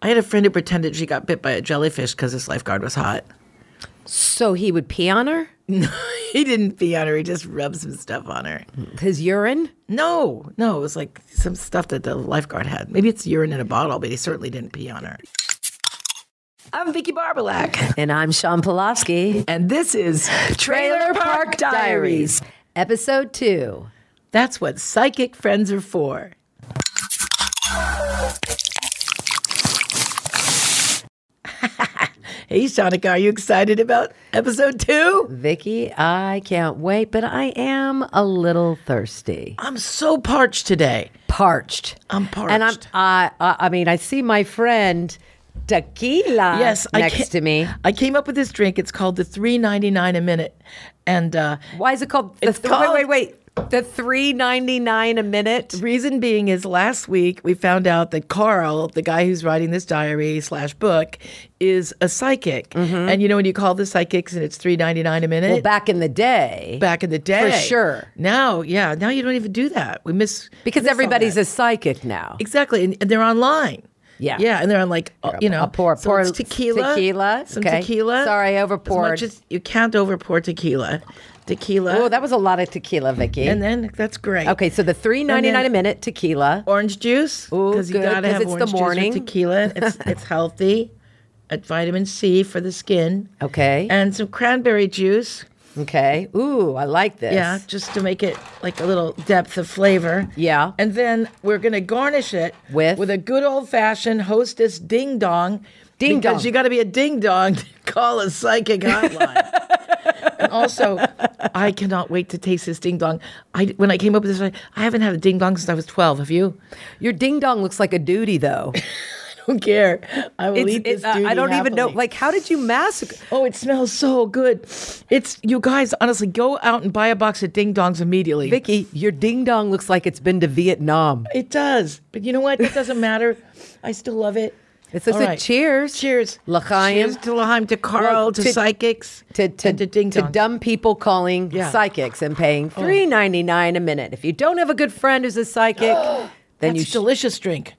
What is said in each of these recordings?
I had a friend who pretended she got bit by a jellyfish because his lifeguard was hot. So he would pee on her? he didn't pee on her. He just rubbed some stuff on her. His urine? No, no, it was like some stuff that the lifeguard had. Maybe it's urine in a bottle, but he certainly didn't pee on her. I'm Vicky Barbalak, And I'm Sean Pulaski. and this is Trailer Park Diaries. Episode two. That's what psychic friends are for. hey, Shanika, are you excited about episode two? Vicky, I can't wait, but I am a little thirsty. I'm so parched today. Parched. I'm parched. And I'm, I, I I mean, I see my friend Tequila yes, I ca- next to me. I came up with this drink. It's called the 3.99 a minute, and uh, Why is it called? The It's th- called- wait, wait, wait. The three ninety nine a minute. Reason being is last week we found out that Carl, the guy who's writing this diary slash book, is a psychic. And you know when you call the psychics and it's three ninety nine a minute Mm-hmm. Well, back in the day, back in the day. sure. Now, yeah, now you don't even do that. We miss because miss all everybody's that. a psychic now. exactly, and, and they're online. Yeah. yeah, and they're on like uh, you know, a pour- so pour it's tequila, tequila, some okay. tequila. Sorry, I overpoured. As much as you can't overpour tequila, tequila. Oh, that was a lot of tequila, Vicky. and then that's great. okay, so the three ninety nine a And minute tequila. orange juice Ooh, because you good, gotta have 'cause it's the orange morning. juice with tequila. It's it's healthy. At vitamin C for the skin. Okay. And some cranberry juice. Okay. Ooh, I like this. Yeah, just to make it like a little depth of flavor. Yeah. And then we're gonna garnish it With? with a good old fashioned hostess ding dong. Ding because dong. you gotta be a ding dong to call a psychic hotline. and also, I cannot wait to taste this ding dong. I when I came up with this, I, I haven't had a ding dong since I was twelve. Have you? Your ding dong looks like a duty though. don't care. uh, I will It's- eat this. it- I duty I don't even know. happily. Like, how did you massacre? oh, it smells so good. It's you guys. Honestly, go out and buy a box of ding dongs immediately. Vicky, your ding dong looks like it's been to Vietnam. it does, but you know what? It doesn't matter. I still love it. It says All it- right. cheers. Cheers. L'chaim. Cheers to L'chaim, to Carl, Well, to, to- psychics, To, to, and to ding to dongs. dumb people calling Yeah. Oh. psychics and paying three ninety nine a minute. If you don't have a good friend who's a psychic, then That's you a delicious drink.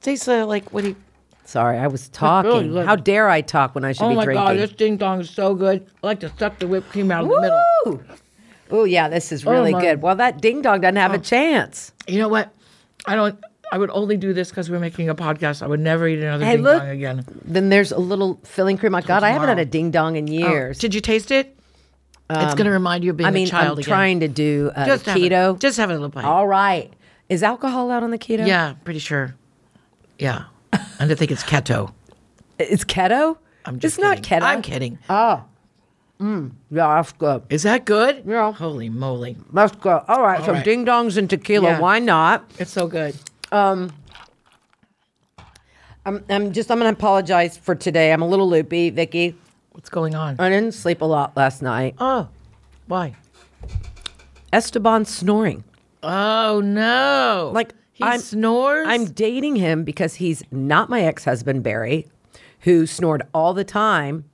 Tastes uh, like what do you? Sorry, I was really talking. good. How dare I talk when I should Oh be my drinking? god, this ding dong is so good. I like to suck the whipped cream out of the middle. Woo! Oh yeah, this is really my- Oh. good. Well, that ding dong doesn't have a chance. You know what? I don't. I would only do this because we're making a podcast. I would never eat another Hey, ding look. dong again. Then there's a little filling cream. My God, I haven't had tomorrow. a ding dong in Oh, years. Did you taste it? it's going to remind you of being Um, I mean, a child I'm again. trying to do uh, just have it- keto. just have a little bite. All right, is alcohol out on the keto? yeah, pretty sure. Yeah, and I think it's keto. it's keto. I'm just it's not kidding. keto. Oh. Mm, I'm kidding. Yeah, that's good. Is that good? Yeah. Holy moly, That's good. All right, so right. ding dongs and tequila. Yeah. Why not? it's so good. I'm, I'm just. I'm going to apologize for today. I'm a little loopy, Vicky. What's going on? I didn't sleep a lot last night. oh, why? Esteban snoring. Oh no! Like, he I'm- snores. I'm dating him because he's not my ex husband, Barry, who snored all the time.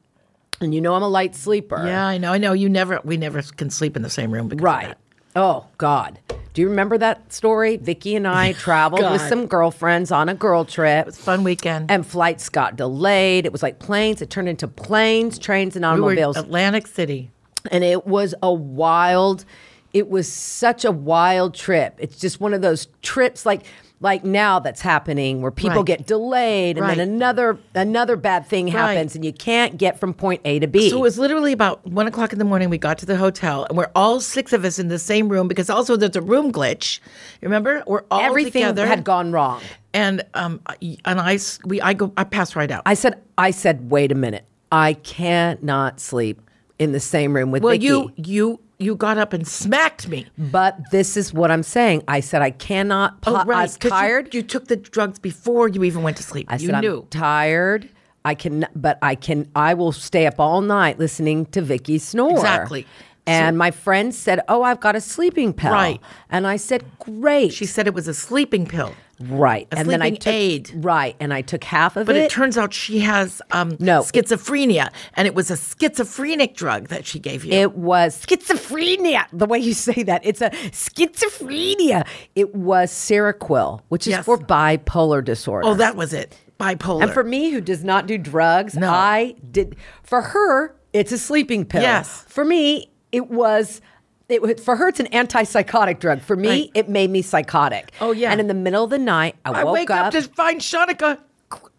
And you know I'm a light sleeper. Yeah, I know. I know. You never. We never can sleep in the same room. Because Right. Oh, God. Do you remember that story? Vicky and I traveled with God. some girlfriends on a girl trip. Fun weekend. And flights got delayed. It was like planes. It turned into planes, trains, and we were automobiles. Atlantic City. and it was a wild it was such a wild trip it's just one of those trips like like now that's happening where people Right. get delayed and Right. then another another bad thing happens and you can't get from point a to b So it was literally about one o'clock in the morning. We got to the hotel, and we're all six of us in the same room because also there's a room glitch. Remember, we're all everything together. had gone wrong and um, I- and I s- we I go I pass right out. i said i said wait a minute i cannot sleep in the same room with well, Vicky. you you you got up and smacked me. but this is what i'm saying i said i cannot po- i was Oh, 'cause you- tired You, took the drugs before you even went to sleep. I you said, knew. I'm tired. I can, but I can, I will stay up all night listening to Vicky snore. Exactly. And my friend said, Oh, I've got a sleeping pill. Right. And I said, Great. she said it was a sleeping pill, right. a and then I sleeping took, aid. Right. And I took half of but it. it, turns out she has um, No. schizophrenia, and it was a schizophrenic drug that she gave you. it was schizophrenia. The way you say that, it's a schizophrenia. It was Seroquel, which is Yes. for bipolar disorder. oh, that was it. bipolar. And for me, who does not do drugs, No. I did. For her, it's a sleeping pill. Yes. For me, it was. It was, for her, it's an antipsychotic drug. For me, Right. it made me psychotic. Oh, yeah. And in the middle of the night, I, I woke wake up, to find Shanika.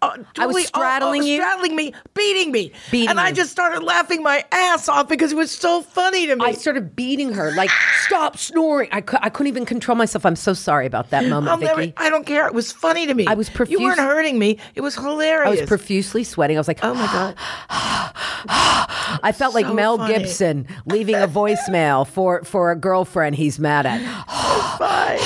Uh, I was duly- oh, oh, straddling you. straddling me, beating me, Beating and I you. just started laughing my ass off because it was so funny to me. I started beating her, like, stop snoring. I, cou- I couldn't even control myself. I'm so sorry about that moment, I'll Vicky. never, I don't care. It was funny to me. I was You profuse- weren't hurting me. It was hilarious. I was profusely sweating. I was like, oh my god. I felt like So Mel funny. Gibson leaving a voicemail for for a girlfriend he's mad Oh. at. Bye.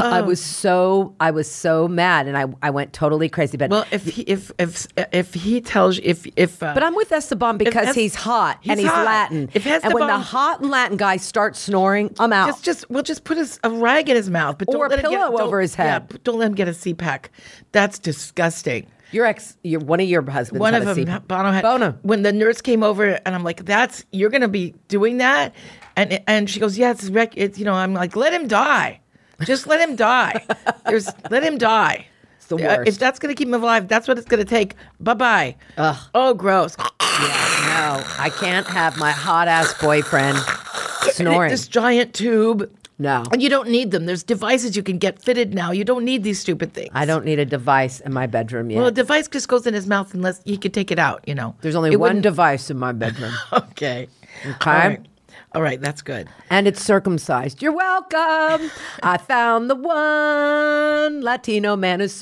I was so I was so mad, and I I went totally crazy. But Well, if he, if if if he tells you if if uh, but I'm with Esteban because Es- he's hot and he's he's hot. Latin. If and when the Esteban- hot Latin guy starts snoring, I'm out. just just we'll just put his, a rag in his mouth, but Or a don't let him get, pillow don't- over his head. Yeah, don't let him get a CPAC. That's disgusting. your ex, your one of your husbands, One had of a them, seat- Bono had. Bono. When the nurse came over, and I'm like, "That's you're gonna be doing that," and and she goes, "Yeah, it's, rec- it's you know." I'm like, "Let him die, just let him die. There's let him die. It's the worst. If that's gonna keep him alive, that's what it's gonna take. Bye bye. Oh, gross. Yeah, no, I can't have my hot ass boyfriend snoring. This giant tube. No. and you don't need them. There's devices you can get fitted now. You don't need these stupid things. I don't need a device in my bedroom yet. Well, a device just goes in his mouth unless he could take it out. You know, There's only It one wouldn't- device in my bedroom. Okay. Okay. All right. All right, that's good. and it's circumcised. You're welcome. I found the one Latino man who's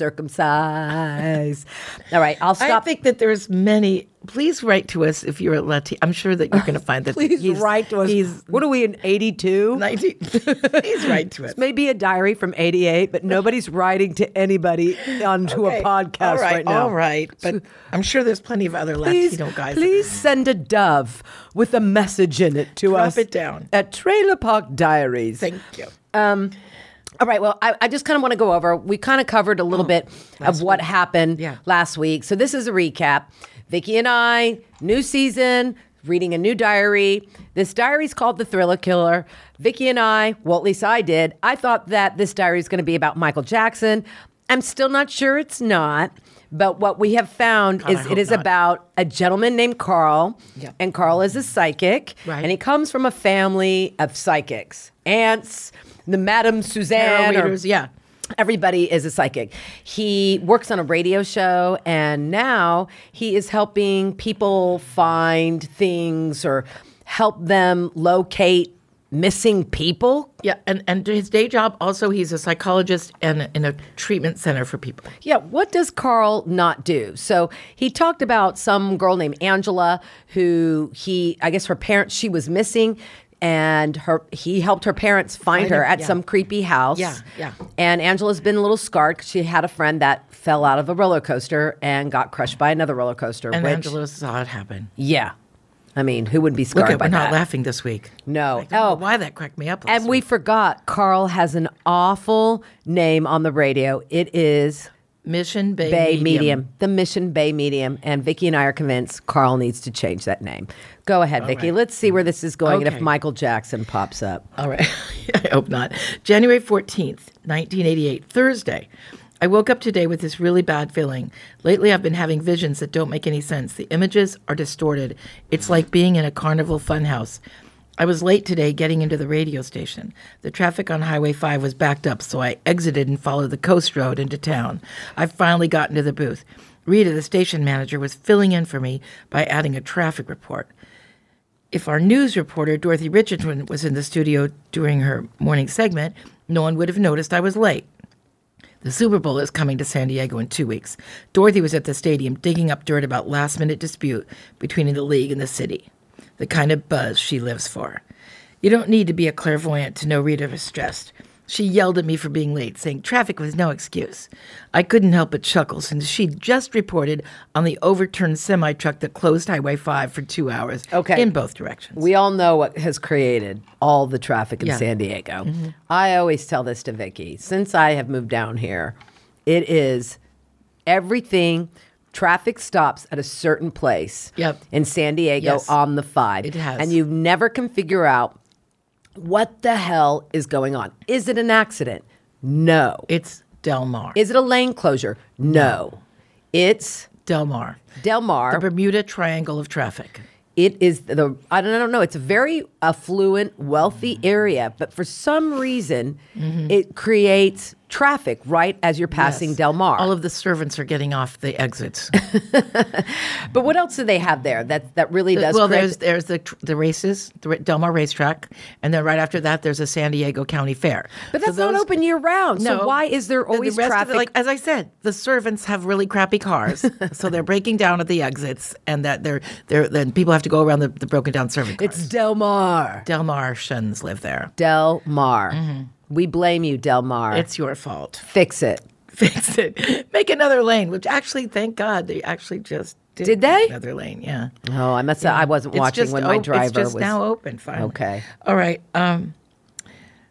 circumcised. All right, I'll I stop. think that there's many. Please write to us if you're a Latino. I'm sure that you're going to find that. Please he's- write to us. He's what are we in '82? 90. please write to us. Maybe a diary from '88, but nobody's writing to anybody onto Okay, a podcast all right, now. All right, but I'm sure there's plenty of other Please, Latino guys. please send a dove with a message in it to Drop us. it down. at Trailer Park Diaries. Thank you. All right. Well, I, I just kind of want to go over. We kind of covered a little bit of what happened Oh, Yeah. last week. So this is a recap. Vicky and I, new season, reading a new diary. This diary's called The Thriller Killer. Vicky and I, well, at least I did. I thought that this diary is going to be about Michael Jackson. I'm still not sure it's not. But what we have found God, I is it hope is not. about a gentleman named Carl, Yep. and Carl is a psychic, Right. and he comes from a family of psychics, aunts, the Madame Suzanne Tarot and or- readers, yeah. Everybody is a psychic. He works on a radio show and now he is helping people find things or help them locate missing people. Yeah, and and his day job also he's a psychologist and in a treatment center for people. Yeah, what does Carl not do? So he talked about some girl named Angela who he, I guess her parents, she was missing and her he helped her parents find, Find her her, at yeah. some creepy house. Yeah, yeah. And Angela's been a little scarred because she had a friend that fell out of a roller coaster and got crushed by another roller coaster. And which, Angela saw it happen. yeah. I mean, who wouldn't be Look, scarred at, by we're not that? laughing this week. No. oh, Oh, why that cracked me up? last and we week. forgot Carl has an awful name on the radio. It is Mission Bay, Bay medium. Medium. the Mission Bay Medium, and Vicky and I are convinced Carl needs to change that name. Go ahead, Vicky. right. Let's see where this is going, and if Okay. Michael Jackson pops up. All right. I hope not. January 14th, 1988, Thursday. I woke up today with this really bad feeling. Lately, I've been having visions that don't make any sense. The images are distorted. It's like being in a carnival funhouse. I was late today getting into the radio station. The traffic on Highway 5 was backed up, so I exited and followed the coast road into town. I finally got into the booth. Rita, the station manager, was filling in for me by adding a traffic report if our news reporter Dorothy Richardson was in the studio during her morning segment, no one would have noticed I was late. The Super Bowl is coming to San Diego in two weeks. Dorothy was at the stadium digging up dirt about last minute dispute between the league and the city, the kind of buzz she lives for. You don't need to be a clairvoyant to know Rita was stressed. She yelled at me for being late, saying traffic was no excuse. I couldn't help but chuckle since she'd just reported on the overturned semi truck that closed Highway 5 for two hours Okay. in both directions. We all know what has created all the traffic in Yeah. Mm-hmm. San Diego. I always tell this to Vicky. Since I have moved down here, it is everything. Traffic stops at a certain place Yep. in San Diego Yes. on the five. It has. And you never can figure out what the hell is going on. Is it an accident? No. it's Del Mar. Is it a lane closure? No. It's Del Mar. Del Mar. The Bermuda Triangle of Traffic. It is the I don't, I don't know. It's a very affluent, wealthy Mm-hmm. area, but for some reason, it creates traffic right as you're passing Yes. Del Mar. All of the servants are getting off the exits. but what else do they have there that that really does? well, create- there's there's the tr- the races, the Ra- Del Mar racetrack, and then right after that, there's a San Diego County Fair. but So that's not those- open year round. No. So why is there The- the always rest of it, traffic? like as I said, the servants have really crappy cars, so they're breaking down at the exits, and that they're they're then people have to go around the, the broken down servant cars. it's Del Mar. Del Martians live there. Del Mar. Mm-hmm. We blame you, Del Mar. It's your fault. Fix it. Fix it. Make another lane, which actually, thank God, they actually just did, Did they? another lane. Yeah. Oh, I must. say I wasn't It's watching just when my op- driver it's just was. now open. Fine. Okay. All right. Um,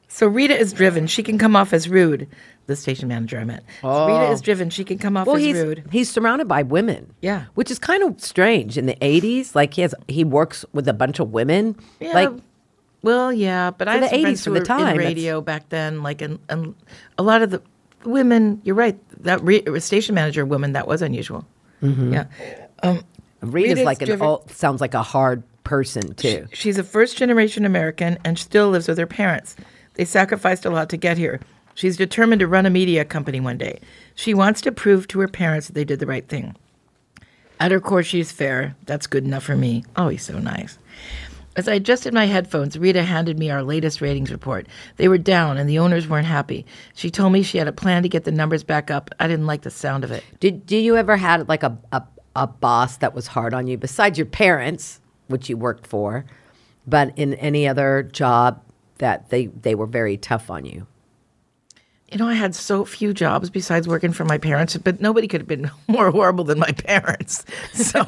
so Rita is driven. She can come off as rude. The station manager I met. So Rita is driven. She can come off Oh. well, as he's rude. he's surrounded by women. Yeah. which is kind of strange. In the '80s, like he has, he works with a bunch of women. Yeah. Like well, yeah, but I the had some 80s friends for who the were time, in that's- radio back then. Like, and, and a lot of the women. You're right. That re- station manager woman that was unusual. Mm-hmm. Yeah. Reed is Rita's like an driven- old, sounds like a hard person too. She's a first generation American and still lives with her parents. They sacrificed a lot to get here. She's determined to run a media company one day. She wants to prove to her parents that they did the right thing. At her core, she's fair. That's good enough for me. Oh, he's so nice. As I adjusted my headphones, Rita handed me our latest ratings report. They were down and the owners weren't happy. She told me she had a plan to get the numbers back up. I didn't like the sound of it. Did do you ever had like a, a a boss that was hard on you besides your parents, which you worked for, but in any other job that they they were very tough on you? You know, I had so few jobs besides working for my parents, but nobody could have been more horrible than my parents. So,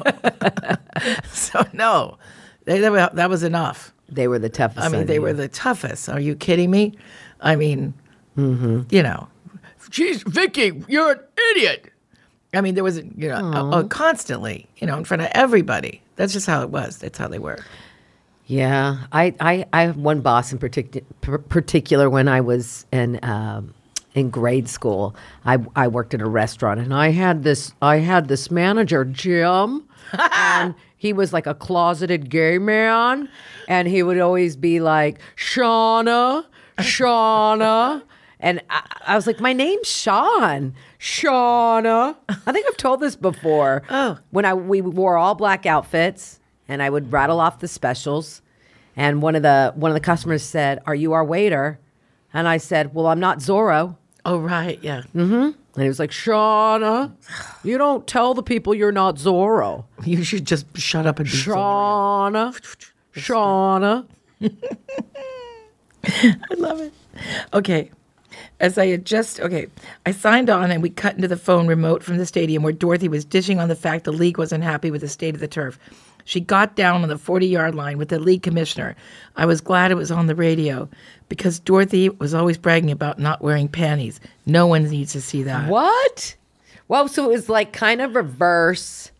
so no, they, they were, that was enough. They were the toughest. I mean, on they you. were the toughest. Are you kidding me? I mean, you know, geez, Vicky, you're an idiot. I mean, there was, you know, a, a constantly, you know, in front of everybody. That's just how it was. That's how they were. Yeah, I, I, I have one boss in particular. Particular when I was in um, in grade school, I, I worked at a restaurant, and I had this I had this manager Jim, and he was like a closeted gay man, and he would always be like Shauna, Shauna. And I, I was like, my name's Sean. Shauna. I think I've told this before. Oh. When I we wore all black outfits and I would rattle off the specials. And one of the one of the customers said, Are you our waiter? And I said, Well, I'm not Zorro. Oh, right. Yeah. And he was like, Shauna, you don't tell the people you're not Zorro. You should just shut up and be sorry. Shauna. Shauna. I love it. Okay. As I had just, okay, I signed on and we cut into the phone remote from the stadium where Dorothy was dishing on the fact the league wasn't happy with the state of the turf. She got down on the 40 yard line with the league commissioner. I was glad it was on the radio because Dorothy was always bragging about not wearing panties. No one needs to see that. What? Well, so it was like kind of reverse.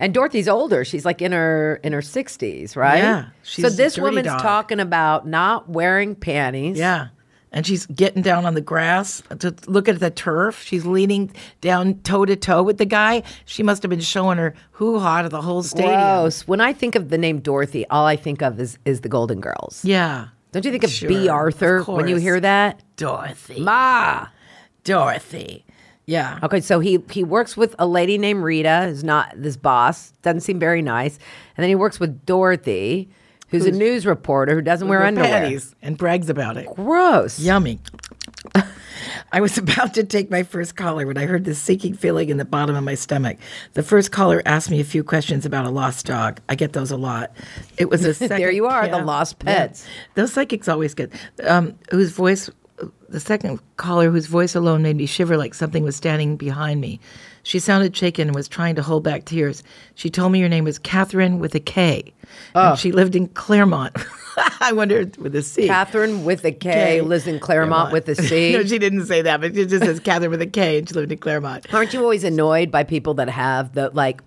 And Dorothy's older. She's like in her in her sixties, right? Yeah, so she's a this dirty woman's dog. talking about not wearing panties. Yeah. And she's getting down on the grass to look at the turf. She's leaning down toe to toe with the guy. She must have been showing her hoo ha to the whole stadium. Gross. When I think of the name Dorothy, all I think of is is the Golden Girls. Yeah. Don't you think of Sure, B. Arthur of when you course. hear that? Dorothy. Ma. Dorothy. Yeah. Okay, so he he works with a lady named Rita, who's not this boss, doesn't seem very nice, and then he works with Dorothy, who's, a news reporter who doesn't wear With underwear. panties and brags about it. Gross. Yummy. I was about to take my first caller when I heard this sinking feeling in the bottom of my stomach. The first caller asked me a few questions about a lost dog. I get those a lot. It was a second, you are, the lost pets. Those psychics always get. Um, whose voice? The second caller, whose voice alone made me shiver like something was standing behind me. She sounded shaken and was trying to hold back tears. She told me her name was Catherine with a K, and she lived in Claremont. I wonder with a C. Catherine with a K, K. lives in Claremont with a C. no, she didn't say that, but she just says Catherine with a K, and she lived in Claremont. Aren't you always annoyed by people that have the like?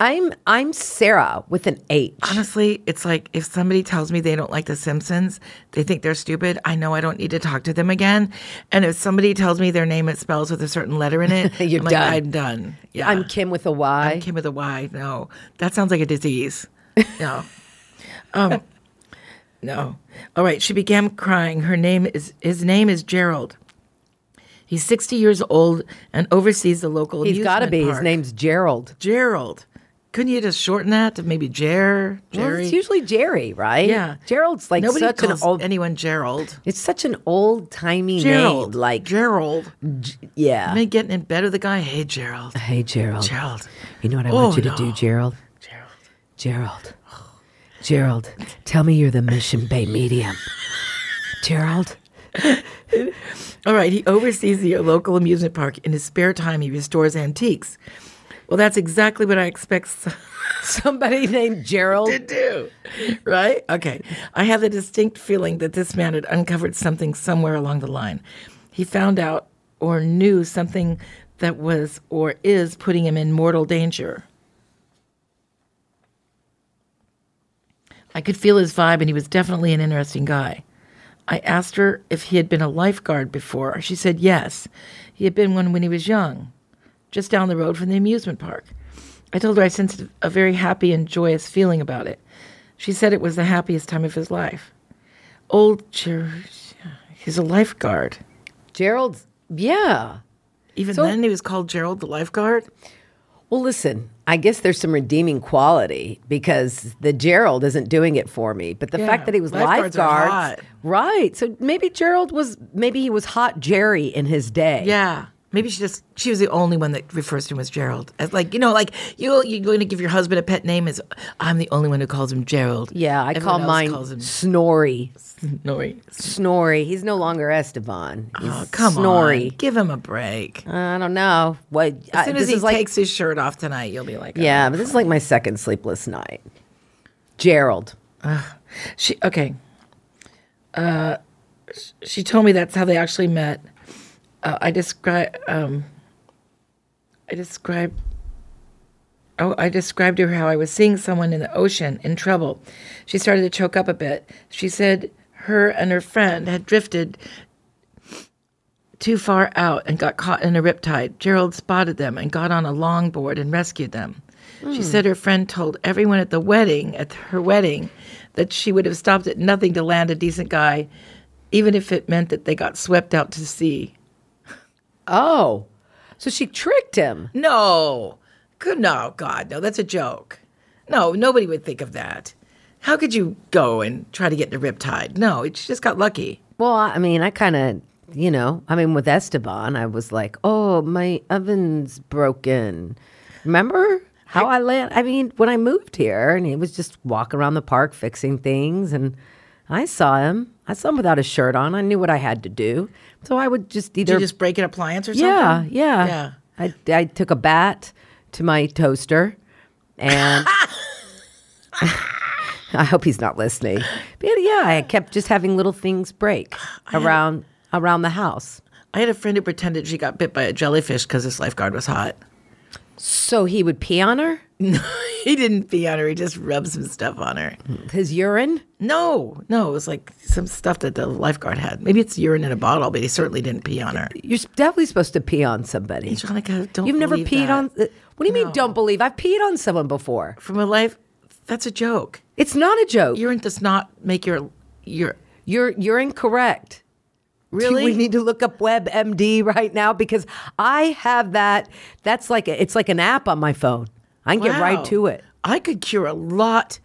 I'm I'm Sarah with an H. Ah. Honestly, it's like if somebody tells me they don't like The Simpsons, they think they're stupid, I know I don't need to talk to them again. And if somebody tells me their name, it spells with a certain letter in it, You're I'm like, done. I'm done. Yeah. I'm Kim with a Y. Kim with a Y. No, that sounds like a disease. No. um, no. All right. She began crying. Her name is his name is Gerald. He's 60 years old and oversees the local. He's got to amusement be. His park. name's Gerald. Gerald. Couldn't you just shorten that to maybe Jer? Well, Jerry? it's usually Jerry, right? yeah. Gerald's like Nobody such an calls old. anyone Gerald. it's such an old timey name. Gerald. Like Gerald. yeah. I mean, getting in bed with a guy. Hey, Gerald. hey Gerald. Gerald. You know what I Oh, want you to no. do, Gerald? Gerald. Gerald. Gerald, tell me you're the Mission Bay medium. Gerald. All right, he oversees the local amusement park. In his spare time, he restores antiques. Well, that's exactly what I expect someone Somebody named Gerald. to do, right? Okay. I have the distinct feeling that this man had uncovered something somewhere along the line. He found out or knew something that was or is putting him in mortal danger. I could feel his vibe, and he was definitely an interesting guy. I asked her if he had been a lifeguard before. She said yes. He had been one when he was young, just down the road from the amusement park. I told her I sensed a very happy and joyous feeling about it. She said it was the happiest time of his life. Old Cher, he's a lifeguard. Gerald's. Yeah. Even So- then, he was called Gerald the lifeguard. Well, listen, I guess there's some redeeming quality because the Gerald isn't doing it for me, but the Yeah, fact that he was lifeguards lifeguards, are hot. right? So maybe Gerald was maybe he was hot Jerry in his day. Yeah. Maybe she just she was the only one that refers to him as Gerald. As like you know, like you you're going to give your husband a pet name is I'm the only one who calls him Gerald. Yeah, I Everyone call else mine calls him Snorri. Snorri. Snorri. He's no longer Esteban. He's Oh, come Snorri. on, give him a break. I don't know. What As soon as he Uh, is like takes his shirt off tonight, you'll be like, oh, Yeah, but this is like my second sleepless night. Gerald. She okay. Uh, sh- she told me that's how they actually met. Uh, I describe. Um, I described. Oh, I described to her how I was seeing someone in the ocean in trouble. She started to choke up a bit. She said her and her friend had drifted too far out and got caught in a riptide. Gerald spotted them and got on a longboard and rescued them. She said her friend told everyone at the wedding, at her wedding, that she would have stopped at nothing to land a decent guy, even if it meant that they got swept out to sea. Oh. So she tricked him. No, good, no, God, no, that's a joke. No, nobody would think of that. How could you go and try to get in a riptide? No, she just got lucky. Well, I mean, I kind of, you know, I mean, with Esteban, I was like, oh, my oven's broken. Remember how I, land? I mean, when I moved here, and he was just walking around the park fixing things, and I saw him. I saw him without a shirt on. I knew what I had to do, so I would just either Did you just break an appliance or something? yeah, yeah, Yeah. I, I took a bat to my toaster, and I hope he's not listening. But yeah, I kept just having little things break around around the house, I had a friend who pretended she got bit by a jellyfish because this lifeguard was hot. so he would pee on her, he didn't pee on her. He just rubbed some stuff on her. his urine. No, no, it was like some stuff that the lifeguard had. Maybe it's urine in a bottle, but he certainly didn't pee on her. You're definitely supposed to pee on somebody. Angelica, don't You've never believe peed that. on. uh, What do you mean? Don't believe? I've peed on someone before. from a life. That's a joke. It's not a joke. You're Urine does not make your your you're, you're incorrect. really. Do we need to look up WebMD right now because I have that. That's like a, it's like an app on my phone. I can get right Wow. to it. I could cure a lot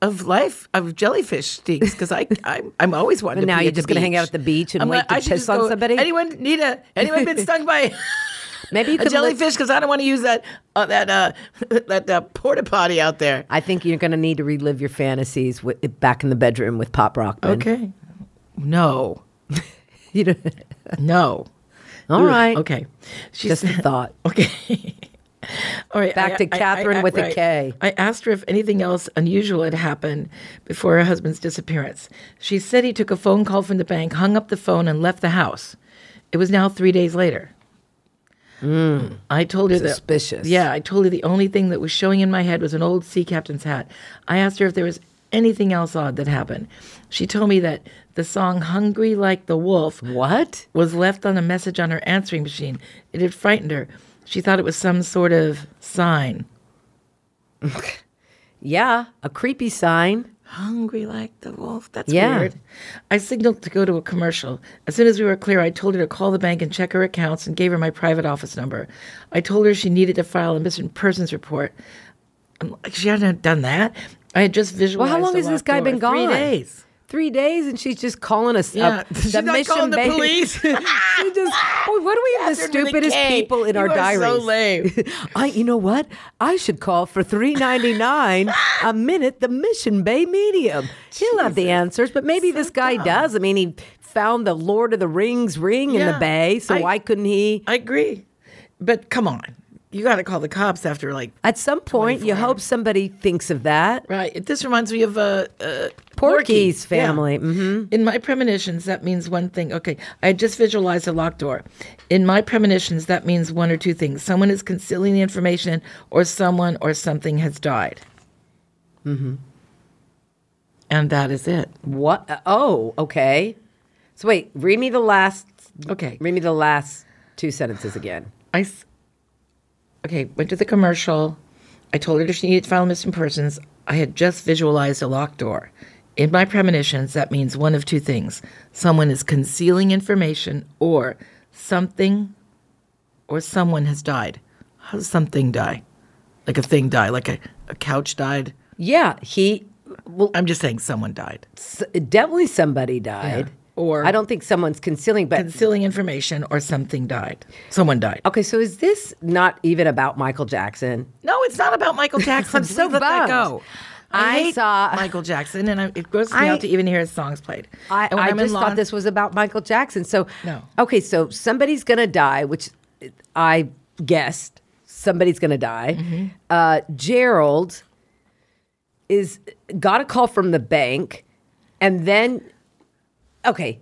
of life of jellyfish stinks because I I'm, I'm always wanting. to But now pee you're at just the gonna hang beach. out at the beach and I'm wait like, to I should piss just on go, somebody? Anyone need a anyone been stung by? Maybe you a could look- jellyfish because I don't want to use that uh, that uh, that uh, porta potty out there. I think you're going to need to relive your fantasies with, back in the bedroom with Pop Rockman. Okay. No. You know, No. all Ugh, right. Okay. She Just a said- thought. Okay. All right. Back to Catherine with a K. I asked her if anything else unusual had happened before her husband's disappearance. She said he took a phone call from the bank, hung up the phone, and left the house. It was now three days later. I told her Hmm. Suspicious. That, yeah, I told her the only thing that was showing in my head was an old sea captain's hat. I asked her if there was anything else odd that happened. She told me that the song "Hungry Like the Wolf" Hmm. What? was left on a message on her answering machine. It had frightened her. She thought it was some sort of sign. Yeah, a creepy sign. Hungry like the wolf. That's Yeah. weird. I signaled to go to a commercial. As soon as we were clear, I told her to call the bank and check her accounts and gave her my private office number. I told her she needed to file a missing persons report. I'm like, she hadn't done that. I had just visualized. Well, how long the has this locked guy door. been gone? Three days. Three days, and she's just calling us. Yeah, up. she's not calling the police. she just. Boy, what are we Catherine with the a stupidest K. people in You our are so diaries? lame. I, you know what? I should call for three ninety nine a minute. The Mission Bay Medium. He'll have the answers, but maybe this guy does. I mean, he found the Lord of the Rings ring in Yeah. the bay, so I- why couldn't he? I agree, but come on, you got to call the cops after like At some point, you hope somebody thinks of that. right. It, this reminds me of a. Uh, uh, Porky's Porky. Yeah. Mm-hmm. family. hmm In my premonitions, that means one thing. Okay, I had just visualized a locked door. In my premonitions, that means one or two things. Someone is concealing the information, or someone or something has died. Mm-hmm. Mm-hmm. And that is it. What? Oh, okay. So wait, read me the last. Okay. Read me the last two sentences again. I s- okay went to the commercial. I told her she needed to file missing persons. I had just visualized a locked door. In my premonitions, that means one of two things: someone is concealing information, or something, or someone has died. How does something die? Like a thing die? Like a, a couch died? Yeah, he. Well, I'm just saying someone died. s- definitely somebody died. Or- I don't think someone's concealing, but Concealing information, or something died. Someone died. okay. So is this not even about Michael Jackson? No, it's not about Michael Jackson. I'm so Please let that bummed. go. I hate saw- Michael Jackson, and I, it grosses me I- out to even hear his songs played. I, And when I I'm in just lawn- thought this was about Michael Jackson. So No. Okay, so somebody's gonna die, which I guessed somebody's gonna die. Uh, Gerald is got a call from the bank, and then okay,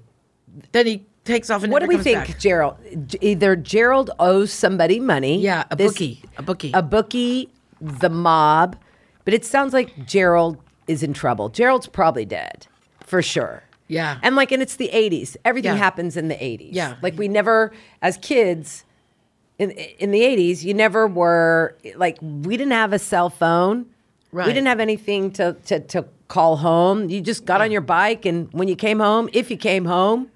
Then he takes off and what do never we comes think, back. Gerald? G- Either Gerald owes somebody money. Yeah, a This- bookie, a bookie. A bookie, the mob. But it sounds like Gerald is in trouble. Gerald's probably dead for sure. Yeah. And like, and it's the 80s. Everything Yeah. happens in the 80s. Yeah. Like, we never, as kids, in, in the 80s, you never were, like, we didn't have a cell phone. Right. We didn't have anything to, to, to call home. You just got on your bike, and when you came home, if you came home,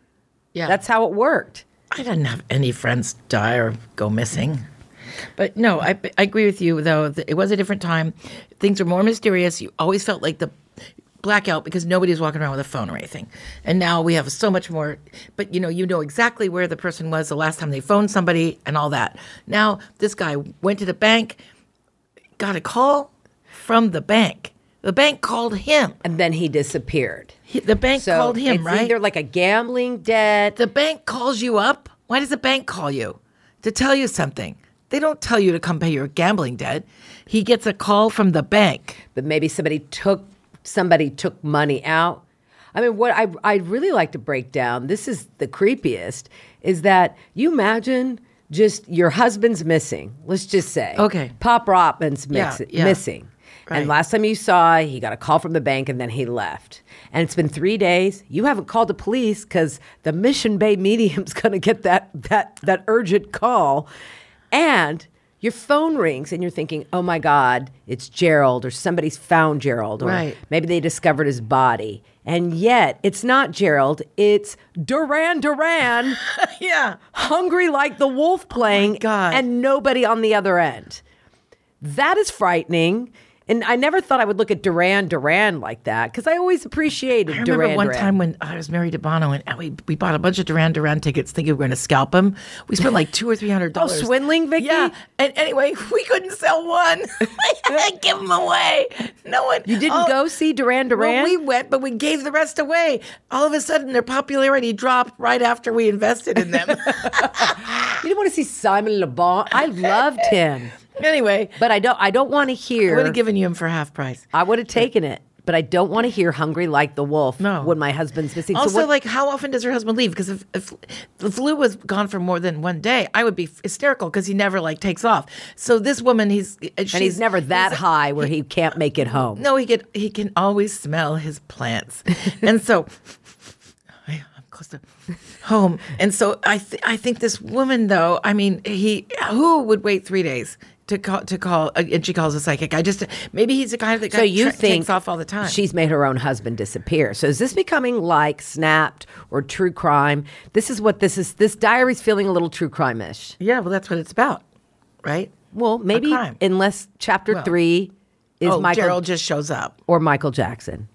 Yeah, that's how it worked. I didn't have any friends die or go missing. But no, I, I agree with you, though. that It was a different time. Things were more mysterious. You always felt like the blackout because nobody was walking around with a phone or anything. And now we have so much more, but you know, you know exactly where the person was the last time they phoned somebody and all that. Now, this guy went to the bank, got a call from the bank. The bank called him. And then he disappeared. He- The bank So called him, it's right? Either like a gambling debt. the bank calls you up. Why does the bank call you? To tell you something. They don't tell you to come pay your gambling debt. He gets a call from the bank. but maybe somebody took somebody took money out. I mean, what I I'd really like to break down. This is the creepiest. Is that you imagine just your husband's missing? Let's just say, Okay. Pop Rotman's mix, Yeah, yeah. missing. Right. And last time you saw, he got a call from the bank and then he left. And it's been three days. You haven't called the police because the Mission Bay medium's going to get that that that urgent call, and your phone rings and you're thinking, "Oh my God, it's Gerald," or somebody's found Gerald, or Right. maybe they discovered his body. And yet, it's not Gerald. It's Duran Duran, Yeah. hungry like the wolf, playing, Oh God. and nobody on the other end. That is frightening. And I never thought I would look at Duran Duran like that because I always appreciated I remember Duran one Duran. time when I was married to Bono and we, we bought a bunch of Duran Duran tickets thinking we were going to scalp them. We spent like two or three hundred Oh, dollars. swindling, Vicky? Yeah. And anyway, we couldn't sell one. Give them away. No one. You didn't go see Duran Duran? Oh. Well, we went, but we gave the rest away. All of a sudden, their popularity dropped right after we invested in them. you didn't want to see Simon Le Bon. I loved him, anyway, but I don't. I don't want to I hear. would have given you him for half price. I would have taken it. but I don't want to hear hungry like the wolf No. when my husband's missing. Also, so what, like, how often does her husband leave? Because if, if the flu was gone for more than one day, I would be hysterical because he never like takes off. So this woman, he's eh, and he's never that high where he can't make it home. No, he can he can always smell his plants, and so I, I'm close to home. And so I th- I think this woman though, I mean, he who would wait three days to call to call, uh, and she calls a psychic. I just maybe he's the guy that So you tra- think takes off all the time. She's made her own husband disappear. So is this becoming like Snapped or True Crime? This is what this is. This diary's feeling a little True Crime ish. yeah, well, that's what it's about, right? Well, maybe crime. unless Chapter Well. Three is oh, Michael Gerald just shows up. or Michael Jackson.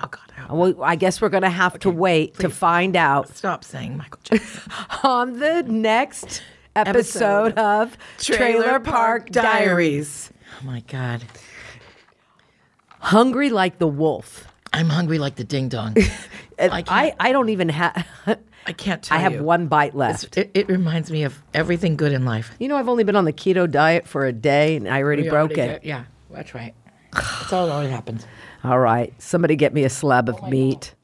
Oh God, I hope- Well, I guess we're going to have to wait to find out stop saying Michael Jackson. on the next episode, Episode. of Trailer Park Diary. Oh my God, Hungry like the wolf. I'm hungry like the ding dong. And I I, can't- I, don't even have. I can't tell I have you. one bite left. It, it reminds me of everything good in life. You know, I've only been on the keto diet for a day and I already We broke Oh, already it. did- Oh Yeah, that's right. That's all that always happens. All right. Somebody get me a slab of meat.